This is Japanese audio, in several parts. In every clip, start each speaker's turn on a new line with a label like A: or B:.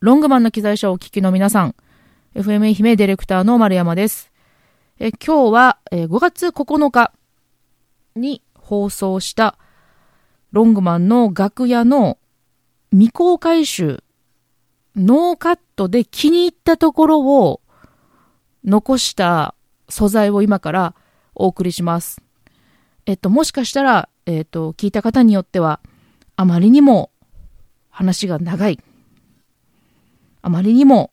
A: ロングマンの機材車をお聞きの皆さん、FM 愛媛ディレクターの丸山です。え今日は、えー5月9日に放送したロングマンの楽屋の未公開集、ノーカットで気に入ったところを残した素材を今からお送りします。えっと、もしかしたら、えっと、聞いた方によっては、あまりにも話が長い。あまりにも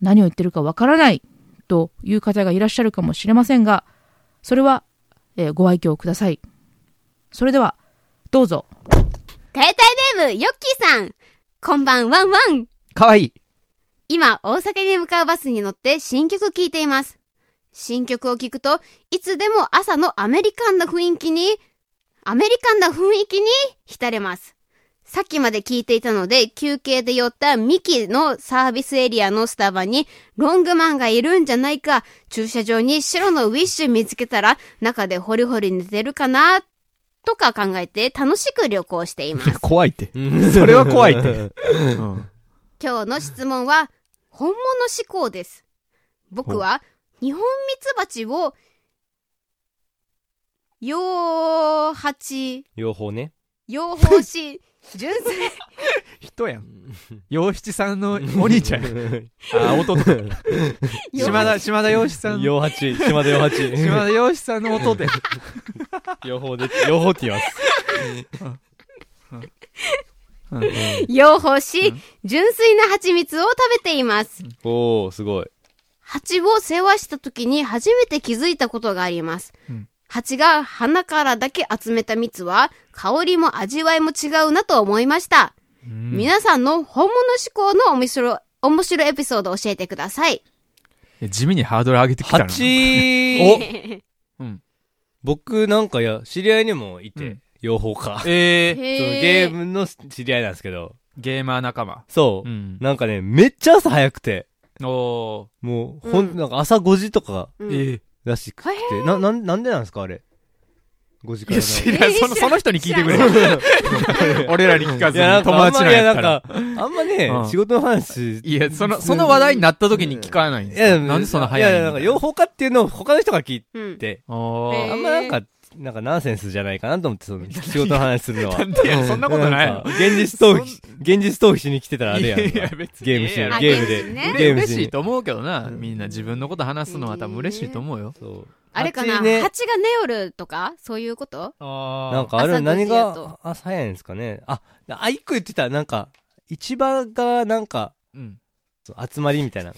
A: 何を言ってるかわからないという方がいらっしゃるかもしれませんが、それは、えーご愛嬌ください。それでは、どうぞ。
B: 携帯ネーム、ヨッキーさん。こんばん、ワンワン。
C: かわいい。
B: 今、大阪に向かうバスに乗って新曲聴いています。新曲を聴くと、いつでも朝のアメリカンな雰囲気に、アメリカンな雰囲気に浸れます。さっきまで聴いていたので、休憩で寄ったミキのサービスエリアのスタバに、ロングマンがいるんじゃないか、駐車場に白のウィッシュ見つけたら、中でホリホリ寝てるかな、とか考えて楽しく旅行しています。
C: 怖い って。それは怖いって。
B: 今日の質問は、本物志向です。僕は、日本蜜蜂を、養蜂、
D: 両方ね。
B: 養蜂 し、純粋、
C: 人やん。洋七さんのお兄ちゃんや。
D: あ、 弟。
B: 養
C: 島田、島田洋七さん。
D: 洋八、島田洋
C: 島
D: 八。
C: 田洋七さんの弟やん。
D: 両方で、両方って言います。
B: 養蜂し、純粋な蜂蜜を食べています。
D: おー、すごい。
B: 蜂を世話した時に初めて気づいたことがあります。
C: うん
B: 蜂が花からだけ集めた蜜は、香りも味わいも違うなと思いました。皆さんの本物志向の面白い、面白いエピソードを教えてください。
C: え地味にハードル上げてきたな。
D: 八
C: うん
D: 僕なんかや、知り合いにもいうて
C: ん、
D: 両方か。 その
C: えー、
D: ゲ
B: へ
D: ームの知り合いなんですけど、
C: ゲーマー仲間。
D: そうう。
C: ん。
D: なんかね、めっちゃ朝早くて、
C: お
D: もう、ほ、
B: うんん
D: なんか朝5時とか
C: ー。
B: うん
C: え
D: らしく
B: へ
D: て、な、なん、なんでなんですかあれ。5時
C: ー。い
D: から
C: や、
D: な
C: 知らん。その、その人に聞いてく
B: 知ら
C: れ。 俺らに聞かずに友達のやったら。
D: あんまりなんか、あんまね
C: うん、
D: 仕事の話、
C: いや、その、その話題になった時に聞かないんですかなんでそんな早
D: い
C: い
D: や、なんか、両方かっていうのを他の人が聞い
B: うん。
D: て、
C: おー
B: へー
D: あんまなんか、なんかナンセンスじゃないかなと思って、 その、仕事の話するのは。
C: なんでやそんなことない
D: んか現実逃避、現実逃避しに来てたらあれやんか。
C: 別
D: ゲームし、ゲ
B: やろ
D: ーム
B: あ
D: で
B: ゲームしね。
D: ゲーム
C: 嬉しいと思うけどな、みんな自分のこと話すのは多分嬉しいと思うよ。
D: そう。
B: あれかな、
D: 暑いね
B: 蜂が寝よるとかそういうこと
C: あ
D: なんかあれ、
B: 朝5時
D: 何
B: やと
D: が、朝早いんですかね。あ、あ、一個言ってた、なんか、市場が、なんか、
C: うん。
D: 集まりみたい な。が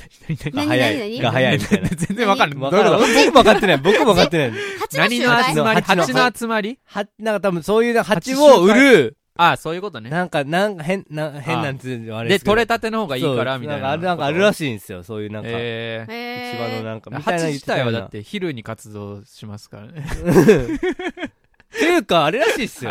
B: 何
D: 早
B: 何
D: い。
B: 何
D: が早いみたいな。
C: 全然わかんない。
D: わからん僕も分かってない。僕も分かってない。
B: 蜂の
C: 何
B: 集
C: の
B: 団
C: 集まり蜂
D: 蜂の
C: の集まり
D: は、なんか多分そういうな、蜂を売る、
C: ああ、そういうことね。
D: なんか、なんか変、な、変なんつうのあれ
C: で、
D: すけど
C: 取れたての方がいいから、みたいな。
D: そうなんかあるなんかあるら
C: しい。
D: しいんですよ、そういうなんか。
C: えー
B: え
D: 市場のなんか、みたいなの
C: 蜂
D: 言っ
C: 自
D: てた
C: 体
D: よ
C: は
D: うな
C: だって昼に活動しますからね。
D: っ ていうか、あれらしいっすよ。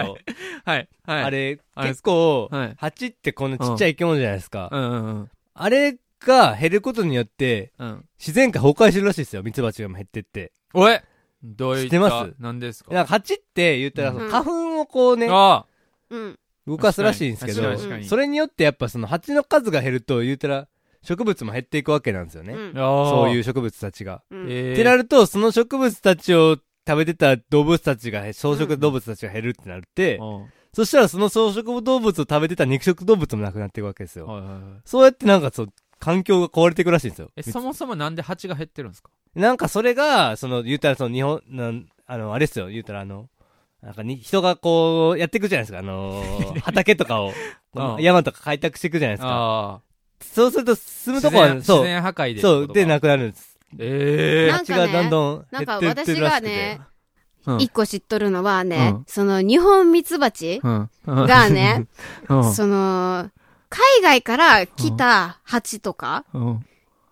C: はいはい。はい。
D: あれ、
C: あれ
D: 結構、
C: はい
D: 蜂ってこんなちっちゃい生き物じゃないですか。
C: うんうんうん。
D: あれが減ることによって、
C: うん。
D: 自然界崩壊してるらしいっすよ、ミツバチが減ってって。
C: おいどうい
D: 知
C: っ
D: って
C: た
D: ます
C: 何です
D: なん
C: か
D: か蜂って言ったら、その
B: うん
D: 花粉をこうね、
C: あ
B: うん。
D: 動
C: あ。
D: かすらしいんですけ
C: 確か
D: ど
C: に、確かに。。
D: それによってやっぱその蜂の数が減ると、言ったら、植物も減っていくわけなんですよ
B: う
D: ね。
B: ん。
D: そういうう植物たちが。
B: うん
C: えー
D: ってなると、その植物たちを食べてた動物たちが、草食動物たちが減るってなって、
C: うん
D: そしたらその草食動物を食べてた肉食動物もなくなっていくわけですよ。
C: はいはいはい
D: そうやってなんかそう、環境が壊れていくらしいんですよ。
C: え、そもそもなんで蜂が減ってるんですか
D: なんかそれが、その、言うたらその日本、なんあの、あれっすよ、言うたらあの、なんかに、人がこう、やっていくじゃないですか、あのー畑とかを、この
C: うん
D: 山とか開拓していくじゃないですか。
C: あ
D: そうすると進む
C: あ。
D: と
C: 自
D: こは、
C: 然
D: そ
C: 自
D: う、
C: 然破壊で。
D: そう、で
C: な。
D: なくなるんです。
C: え
B: なん
D: 蜂
B: か
D: が
B: ね
D: どんどん
B: なん
D: 減
B: か
D: ってって
B: 私
D: るら
B: が
D: しくて
B: ね。、
C: え。うん
B: 一個知っとるのはね、
C: うん
B: その日本ミツバチ
C: うん。
B: がね、
C: うん
B: その、海外から来た蜂とか
C: うん。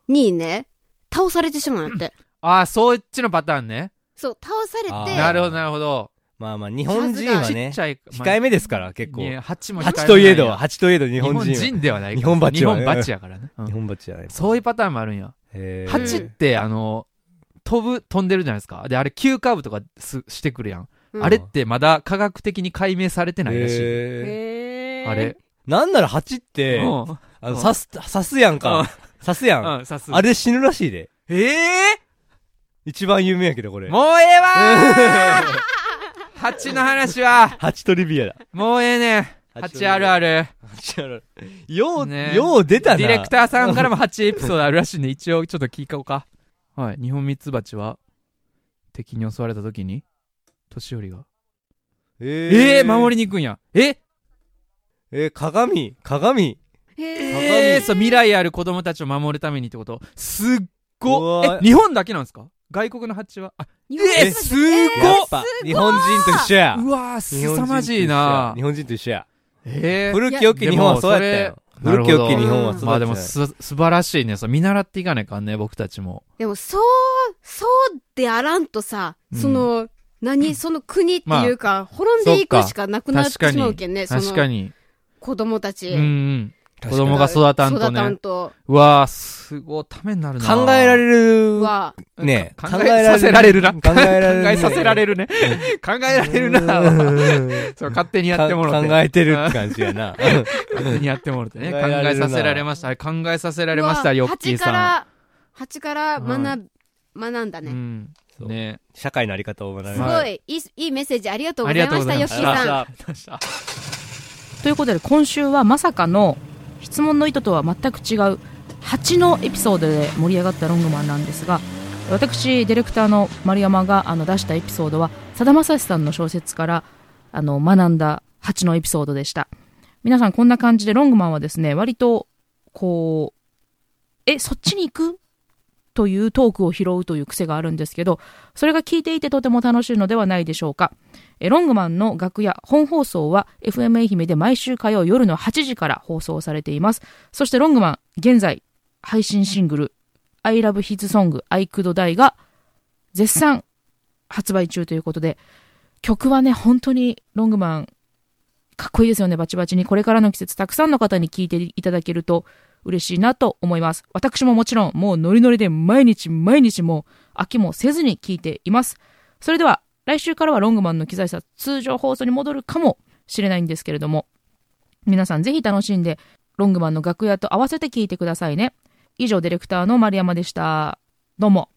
B: にね、倒されてしまうんやって。
C: ああ、そっちのパターンね。
B: そう、倒され
D: あー
C: な
B: て、
C: るほど、なるほど。
D: まあまあ、日本人は
B: 数
C: ちっ
D: ね
C: ち、ゃい。まあ
D: 控えめですから、結構。
C: いや蜂も控め
D: 蜂といえ
C: なん
D: ど、
C: や
D: 蜂といえど日
C: 日
D: 本
C: 本
D: 人は。
C: 人ではないから。
D: 日本蜂
C: 日
D: は
C: 本蜂やからね。うん
D: 日本蜂じゃない。
C: そういうパターンもあるんや。
D: へー
C: 蜂って、あの、飛ぶ、飛んでるじゃないですか。で、あれ、急カーブとかすしてくるやん。
B: うん
C: あれってまだ科学的に解明されてないらし
D: へ
C: い。
D: ー
B: へー
C: あれ。
D: なんなら蜂って、
C: うん
D: あの、
C: うん
D: 刺す、刺すやんか。刺すやん。
C: うん、さす。
D: あれ死ぬらしいで。
C: ええ
D: 一番有名やけど、これ。
C: もうええわ ー蜂の話は、
D: ハチトリビアだ。
C: もうええねん。蜂あるある。
D: よう、
C: ね
D: よう出たな。
C: ディレクターさんからも8エピソードあるらしいんで、一応ちょっと聞いこうか。はい。日本ミツバチは、敵に襲われた時に、年寄りが。
D: え
C: ええ
D: ー
C: 守りに行くんや。え
D: えー鏡、鏡。
C: えー、そう、未来ある子供たちを守るためにってことすっ
D: う
C: ご
D: わ
C: え、日本だけなんですか外国の蜂は。あ、
B: 日本
C: えー、
B: 人
C: すっ
D: やっ
C: ご
D: ぱ、日本人と一緒や。
C: うわー、
D: 日本人と一緒や
C: 凄まじいな
D: 日本人と一緒や。
C: えー
D: 古き良き日本はそうやったよ。
C: いやで
D: 古
C: も
D: き
C: それ
D: 良き日本はそう
C: ま
D: や
C: あ
D: った
C: で
D: よ
C: もす、素晴らしいね。そう見習っていかないかんね、僕たちも。
B: でも、そう、そうであらんとさ、
C: うん
B: その、何、その国っていうか、滅んでいくしかなくなって
C: 確か
B: しまう
C: に。
B: けんね、そ
C: 確か
B: の
C: に。
B: 子供たち。
C: うんうん。子
D: 確かに
C: 供が育たんと
B: 育たん
C: ね。
B: と
C: うわあ、すごいためになるな。
D: 考えられる。
B: は、
D: ね
C: か考えさせられるな。
D: 考えられる。
C: 考えさせられるね。考えられるな。
D: る。
C: そう、勝手にやってもろ
D: か
C: て。
D: 考えてるって感じやな。
C: 勝手にやってもろてね。
D: 考
C: 考
D: えられ
C: え
D: るな
C: させられました。はい考えさせ
B: ら
C: られました、よっきー
B: か
C: さ
B: ら、8から学ぶ、学んだ
C: ん。う
B: ね。
C: ん。
D: そう
C: ね
D: 社会のあり方を学
B: す
D: ぶ。
B: ご、
C: はい
B: いい、いいメッセージありがとうございました、
C: あり
B: よ
C: が
B: っきー
C: とうございま
B: さん。
A: ということで今週はまさかの質問の意図とは全く違う8のエピソードで盛り上がったロングマンなんですが私ディレクターの丸山があの出したエピソードはさだまさしさんの小説からあの学んだ8のエピソードでした皆さんこんな感じでロングマンはですね割とこうえそっちに行くというトークを拾うという癖があるんですけどそれが聞いていてとても楽しいのではないでしょうかえーロングマンの楽屋本放送は FM 愛媛で毎週火曜夜の8時から放送されています。そしてロングマン、現在配信シングル I Love His Song I Could Die が絶賛発売中ということで曲はね、本当にロングマンかっこいいですよね、バチバチに。これからの季節たくさんの方に聴いていただけると嬉しいなと思います。私ももちろんもうノリノリで毎日毎日もう飽きもせずに聴いています。それでは来週からはロングマンの機材差通常放送に戻るかもしれないんですけれども皆さんぜひ楽しんでロングマンの楽屋と合わせて聞いてくださいね以上ディレクターの丸山でしたどうも